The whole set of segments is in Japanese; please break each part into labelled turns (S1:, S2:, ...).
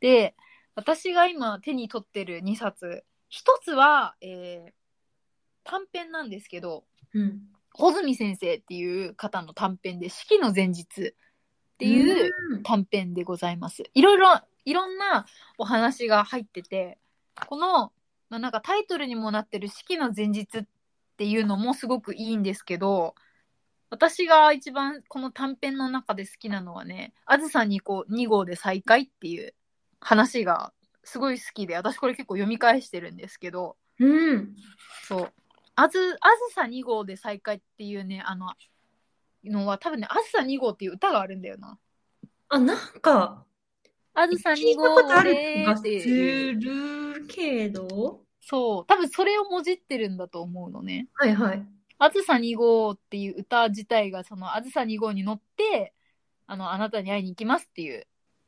S1: で、私が今手に取ってる2冊。一つは、えー短編なんですけど、
S2: うん。
S1: 穂積先生っていう方の短編で、式の前日っていう
S2: うん。
S1: 短編でございます。いろいろ、いろんなお話が入ってて、この、まあ、なんかタイトルにもなってる式の前日っていうのもすごくいいんですけど、私が一番この短編の中で好きなのはね、あずさにこう2号で再会っていう話がすごい好きで、私これ結構読み返してるんですけど、
S2: うん。
S1: そう。あず、あずさ2号で再会っていうね、あの、のは多分ね、あずさ2号っていう歌があるんだよな。
S2: あ、なんか、
S1: あずさ
S2: 聞
S1: 2
S2: いた
S1: 号
S2: ことある気
S1: で
S2: が
S1: っ
S2: す
S1: ていう。
S2: るけど。
S1: そう。多分それをもじってるんだと思うのね。
S2: はいはい。
S1: あずさ2号っていう歌自体が、そのあずさ2号に乗って、あの、あなたに会いに行きますっていう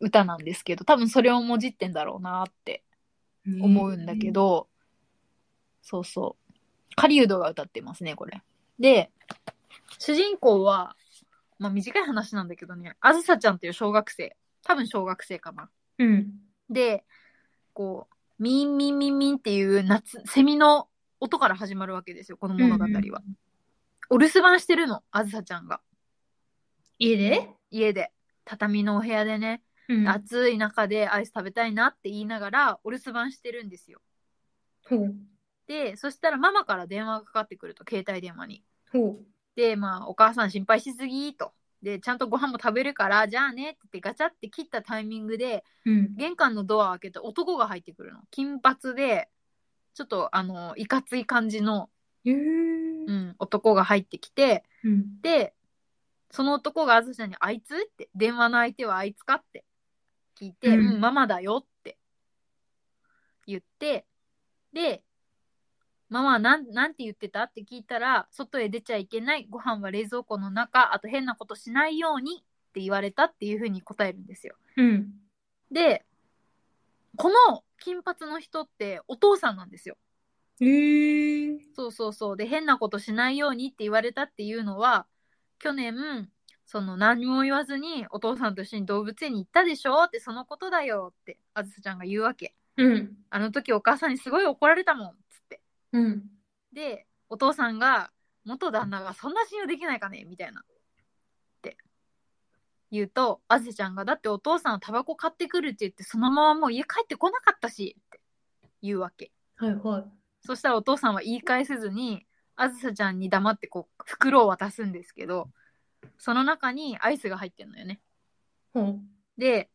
S1: 歌なんですけど、多分それをもじってんだろうなって思うんだけど、そうそう。狩人が歌ってますね、これ。で、主人公は、まあ短い話なんだけどね、あずさちゃんっていう小学生。多分小学生かな。
S2: へー。うん。
S1: で、こう、ミンミンミンミンっていう夏、セミの音から始まるわけですよ、この物語は。
S2: うんうん
S1: お留守番してるの、あずさちゃんが。
S2: 家で
S1: 家で。畳のお部屋でね、
S2: うん
S1: 暑い中でアイス食べたいなって言いながら、お留守番してるんですよ。
S2: ほう。
S1: で、そしたらママから電話がかかってくると、携帯電話に。
S2: ほう。
S1: で、まあ、お母さん心配しすぎと。で、ちゃんとご飯も食べるから、じゃあねって言ってガチャって切ったタイミングで、
S2: うん。
S1: 玄関のドアを開けて男が入ってくるの。金髪で、ちょっとあの、いかつい感じの、
S2: うん
S1: うん、男が入ってきて、
S2: うん。
S1: で、その男があずちゃんに、あいつって、電話の相手はあいつかって聞いて、
S2: うん
S1: うん、ママだよって言って、で、ママはなん、なんて言ってたって聞いたら、外へ出ちゃいけない、ご飯は冷蔵庫の中、あと変なことしないようにって言われたっていうふうに答えるんですよ。
S2: うん。
S1: で、この金髪の人ってお父さんなんですよ。
S2: えー。
S1: そうそうそう。で、変なことしないようにって言われたっていうのは、去年、その何も言わずにお父さんと一緒に動物園に行ったでしょってそのことだよって、あずさちゃんが言うわけ。
S2: うん。
S1: あの時お母さんにすごい怒られたもん、つって。
S2: うん。
S1: で、お父さんが、元旦那がそんな信用できないかねみたいな。って言うと、あずちゃんが、だってお父さんはタバコ買ってくるって言って、そのままもう家帰ってこなかったし、って言うわけ。
S2: はいはい。
S1: そしたらお父さんは言い返せずに、あずさちゃんに黙ってこう、袋を渡すんですけど、その中にアイスが入ってんのよね。
S2: ほう。
S1: で、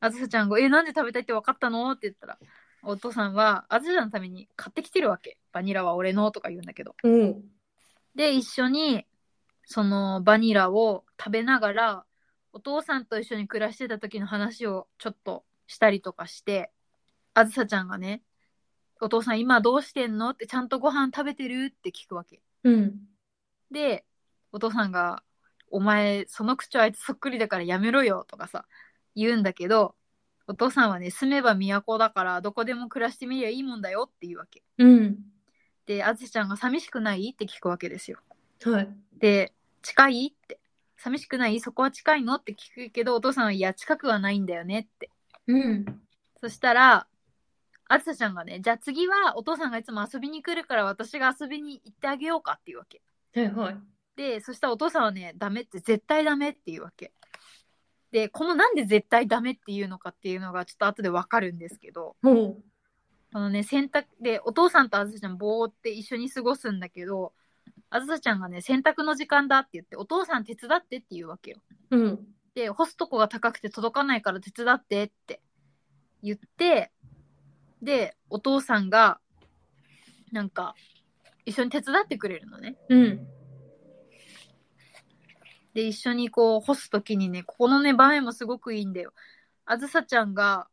S1: あずさちゃんが、え、なんで食べたいって分かったのって言ったら、お父さんは、あずさちゃんのために買ってきてるわけ。バニラは俺のとか言うんだけど。
S2: おう。
S1: で、一緒に、そのバニラを食べながら、お父さんと一緒に暮らしてた時の話をちょっとしたりとかして、あずさちゃんがね、お父さん今どうしてんのってちゃんとご飯食べてるって聞くわけ。
S2: うん。
S1: で、お父さんが、お前、その口調あいつそっくりだからやめろよとかさ、言うんだけど、お父さんはね、住めば都だからどこでも暮らしてみりゃいいもんだよって言うわけ。
S2: うん。
S1: で、あずさちゃんが寂しくないって聞くわけですよ。
S2: はい。
S1: で、近いって。寂しくないそこは近いのって聞くけど、お父さんは、いや、近くはないんだよねって。
S2: うん。
S1: そしたら、あずさちゃんがね、じゃあ次はお父さんがいつも遊びに来るから私が遊びに行ってあげようかっていうわけ。
S2: はいはい。
S1: で、そしたらお父さんはね、ダメって、絶対ダメっていうわけ。で、このなんで絶対ダメっていうのかっていうのがちょっと後でわかるんですけど、
S2: ほう。
S1: このね、洗濯で、お父さんとあずさちゃん、ぼーって一緒に過ごすんだけど、あずさちゃんがね、洗濯の時間だって言って、お父さん手伝ってって言うわけよ。
S2: うん。
S1: で、干すとこが高くて届かないから手伝ってって言って、で、お父さんが、なんか、一緒に手伝ってくれるのね。
S2: うん。
S1: で、一緒にこう、干すときにね、ここのね、場面もすごくいいんだよ。あずさちゃんが、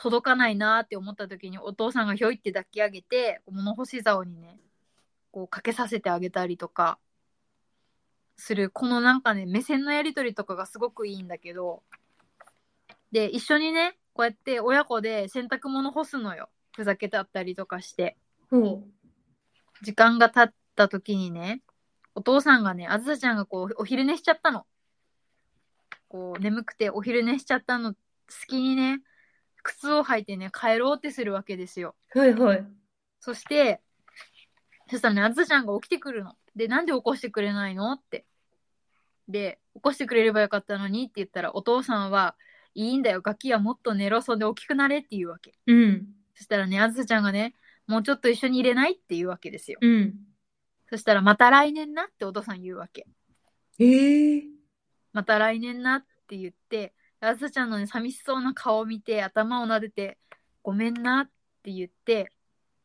S1: 届かないなーって思ったときに、お父さんがひょいって抱き上げて、物干し竿にね、こう、かけさせてあげたりとか、する、このなんかね、目線のやりとりとかがすごくいいんだけど、で、一緒にね、こうやって親子で洗濯物干すのよ。ふざけたったりとかして。
S2: ほ
S1: 時間が経った時にね、お父さんがね、あずさちゃんがこう、お昼寝しちゃったの。こう、眠くてお昼寝しちゃったの、隙にね、靴靴を履いてね、帰ろうってするわけですよ。
S2: はいはい。
S1: そして、そしたらね、あずさちゃんが起きてくるの。で、なんで起こしてくれないのって。で、起こしてくれればよかったのにって言ったら、お父さんは、いいんだよ、ガキはもっと寝ろ、そんで大きくなれって言うわけ。
S2: うん。
S1: そしたらね、あずさちゃんがね、もうちょっと一緒に入れないって言うわけですよ。
S2: うん。
S1: そしたら、また来年なってお父さん言うわけ。
S2: ええ
S1: また来年なって言って、あずさちゃんのね、寂しそうな顔を見て、頭を撫でて、ごめんなって言って、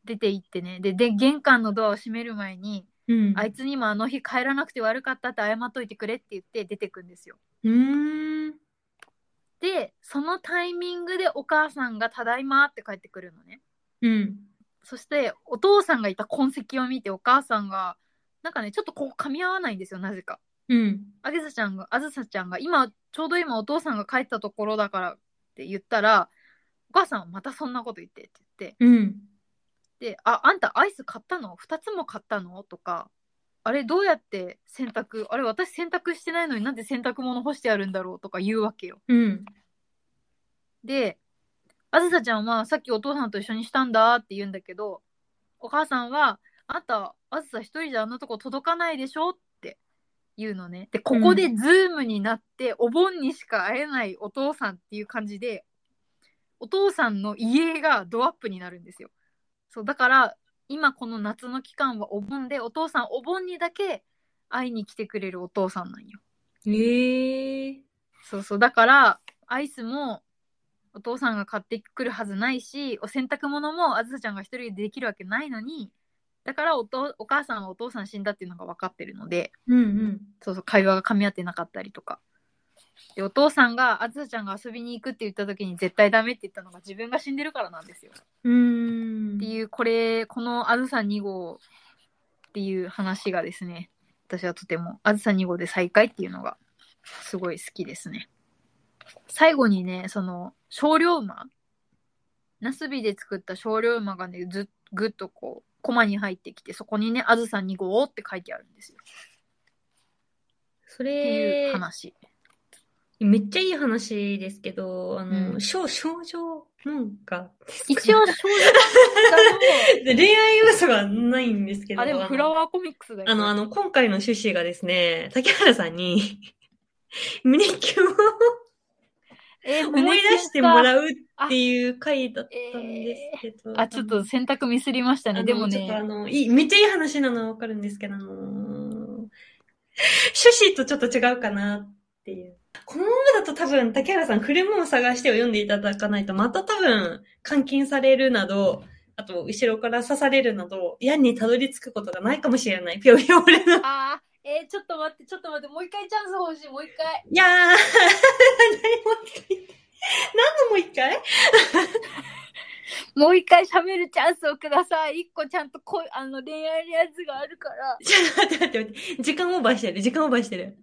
S1: 出て行ってね。で、で、玄関のドアを閉める前に、
S2: うん。
S1: あいつにもあの日帰らなくて悪かったって謝っといてくれって言って出てくんですよ。
S2: うーん。
S1: で、そのタイミングでお母さんがただいまって帰ってくるのね。
S2: うん。
S1: そして、お父さんがいた痕跡を見て、お母さんが、なんかね、ちょっとここ噛み合わないんですよ、なぜか。
S2: うん。
S1: あげさちゃんが、あずさちゃんが、今、ちょうど今お父さんが帰ったところだからって言ったら、お母さんはまたそんなこと言ってって言って、
S2: うん。
S1: で、あ、あんたアイス買ったの ?2 つも買ったのとか、あれどうやって洗濯、あれ私洗濯してないのになんで洗濯物干してあるんだろうとか言うわけよ。
S2: うん。
S1: で、あずさちゃんはさっきお父さんと一緒にしたんだって言うんだけど、お母さんは、あんた、あずさ一人じゃあんなとこ届かないでしょって言うのね。で、ここでズームになって、お盆にしか会えないお父さんっていう感じで、お父さんの家がドアップになるんですよ。そう、だから、今この夏の期間はお盆で、お父さんお盆にだけ会いに来てくれるお父さんなんよ。
S2: ええ
S1: そうそう。だから、アイスもお父さんが買ってくるはずないし、お洗濯物もあずさちゃんが一人でできるわけないのに、だからおとお母さんはお父さん死んだっていうのが分かってるので、
S2: うんうん。
S1: そうそう、会話が噛み合ってなかったりとか。で、お父さんがあずさちゃんが遊びに行くって言った時に絶対ダメって言ったのが自分が死んでるからなんですよ。
S2: うーん
S1: っていう、これ、このあずさ2号っていう話がですね、私はとても、あずさ2号で再会っていうのが、すごい好きですね。最後にね、その、少量馬ナスビで作った少量馬がね、ずっぐっとこう、コマに入ってきて、そこにね、あずさ2号って書いてあるんですよ。
S2: そ
S1: ってい
S2: れ
S1: う、話。
S2: めっちゃいい話ですけど、あの、
S1: うん
S2: 少少女漫 画ですか
S1: 一応、少量
S2: 恋愛要素がないんですけ
S1: 馬
S2: ど。
S1: の、あ、でもフラワーコミックスだよ。
S2: あの、あの、今回の趣旨がですね、竹原さんに 胸キュンを
S1: えー、
S2: 思い出してもらうっていう回だったんですけど。
S1: あ、ちょっと選択ミスりました
S2: あ
S1: ね。
S2: の
S1: でも
S2: ちょっとあ
S1: ね、
S2: の、いい、めっちゃいい話なのはわかるんですけど、あのー趣旨とちょっと違うかなっていう。このままだと多分、竹原さん、来るもん探してを読んでいただかないと、また多分、監禁されるなど、あと、後ろから刺されるなど、矢にたどり着くことがないかもしれない。ぴょぴょ俺の。
S1: あー、えー、ちょっと待って、ちょっと待って、もう一回チャンス欲しい、もう一回。
S2: いやー、何もう一回。何のもう一回
S1: もう一回喋るチャンスをください。一個ちゃんとこいあの恋愛のやつがあるから。
S2: ちょっと待って待って待って。時間オーバーしてる。時間オーバーしてる。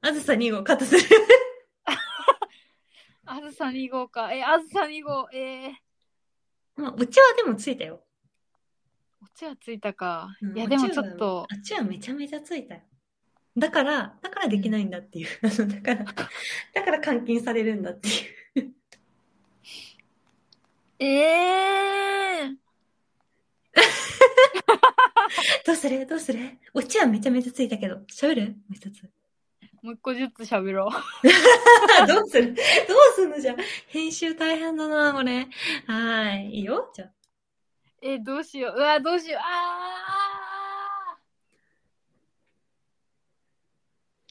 S2: あずさ2号カットする。
S1: あずさ2号か。えー、あずさ2号。えー、
S2: まあ、うちはでもついたよ。
S1: おちはついたか。
S2: うん
S1: いや、でもちょっと、
S2: あっちはめちゃめちゃついたよ。だから、だからできないんだっていう。あ のだから、だから監禁されるんだっていう。
S1: えー、
S2: どうするどうするオチはめちゃめちゃついたけど、喋るもう一つ。
S1: もう一個ずつ喋ろう。
S2: あどうするどうすんのじゃあ。編集大変だな、これ。はーい。いいよじゃあ。
S1: えー、どうしよう。うわ、どうしよう。あ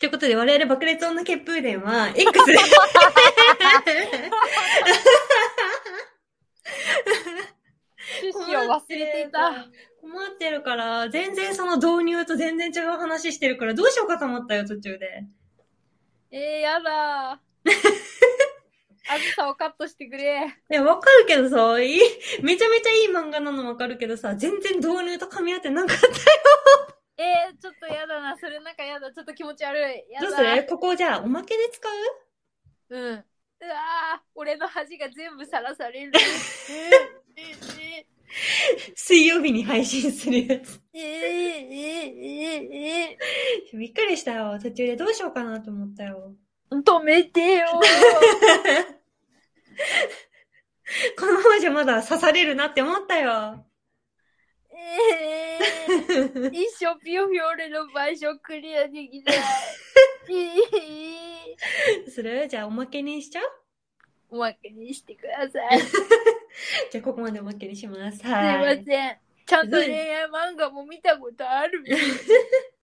S2: ということで、我々爆裂女血風伝は、X で。
S1: ー趣旨を忘れていた。。
S2: 困ってるから、全然その導入と全然違う話してるから、どうしようかと思ったよ、途中で。
S1: えー、やだー。あ ずさをカットしてくれ。
S2: いや、わかるけどさ、いい、 めちゃめちゃいい漫画なのわかるけどさ、全然導入と噛み合ってなかった。
S1: えー、ちょっとやだな。それなんかやだ。ちょっと気持ち悪い。やだ
S2: どうするここじゃあ、おまけで使う
S1: うん。うわー俺の恥が全部さらされる。えー
S2: 水曜日に配信するやつ。
S1: えーえーえーえ
S2: びっくりしたよ。途中でどうしようかなと思ったよ。
S1: ー止めてよ
S2: このまままだ刺されるなって思った よ。
S1: ええ一生ピヨピヨ俺の場所クリアできない。ええ
S2: するじゃあおまけにしちゃう
S1: おまけにしてください。すい
S2: じゃあここまでおまけにします。
S1: ま
S2: はい。
S1: せん。ちゃんと恋愛漫画も見たことある。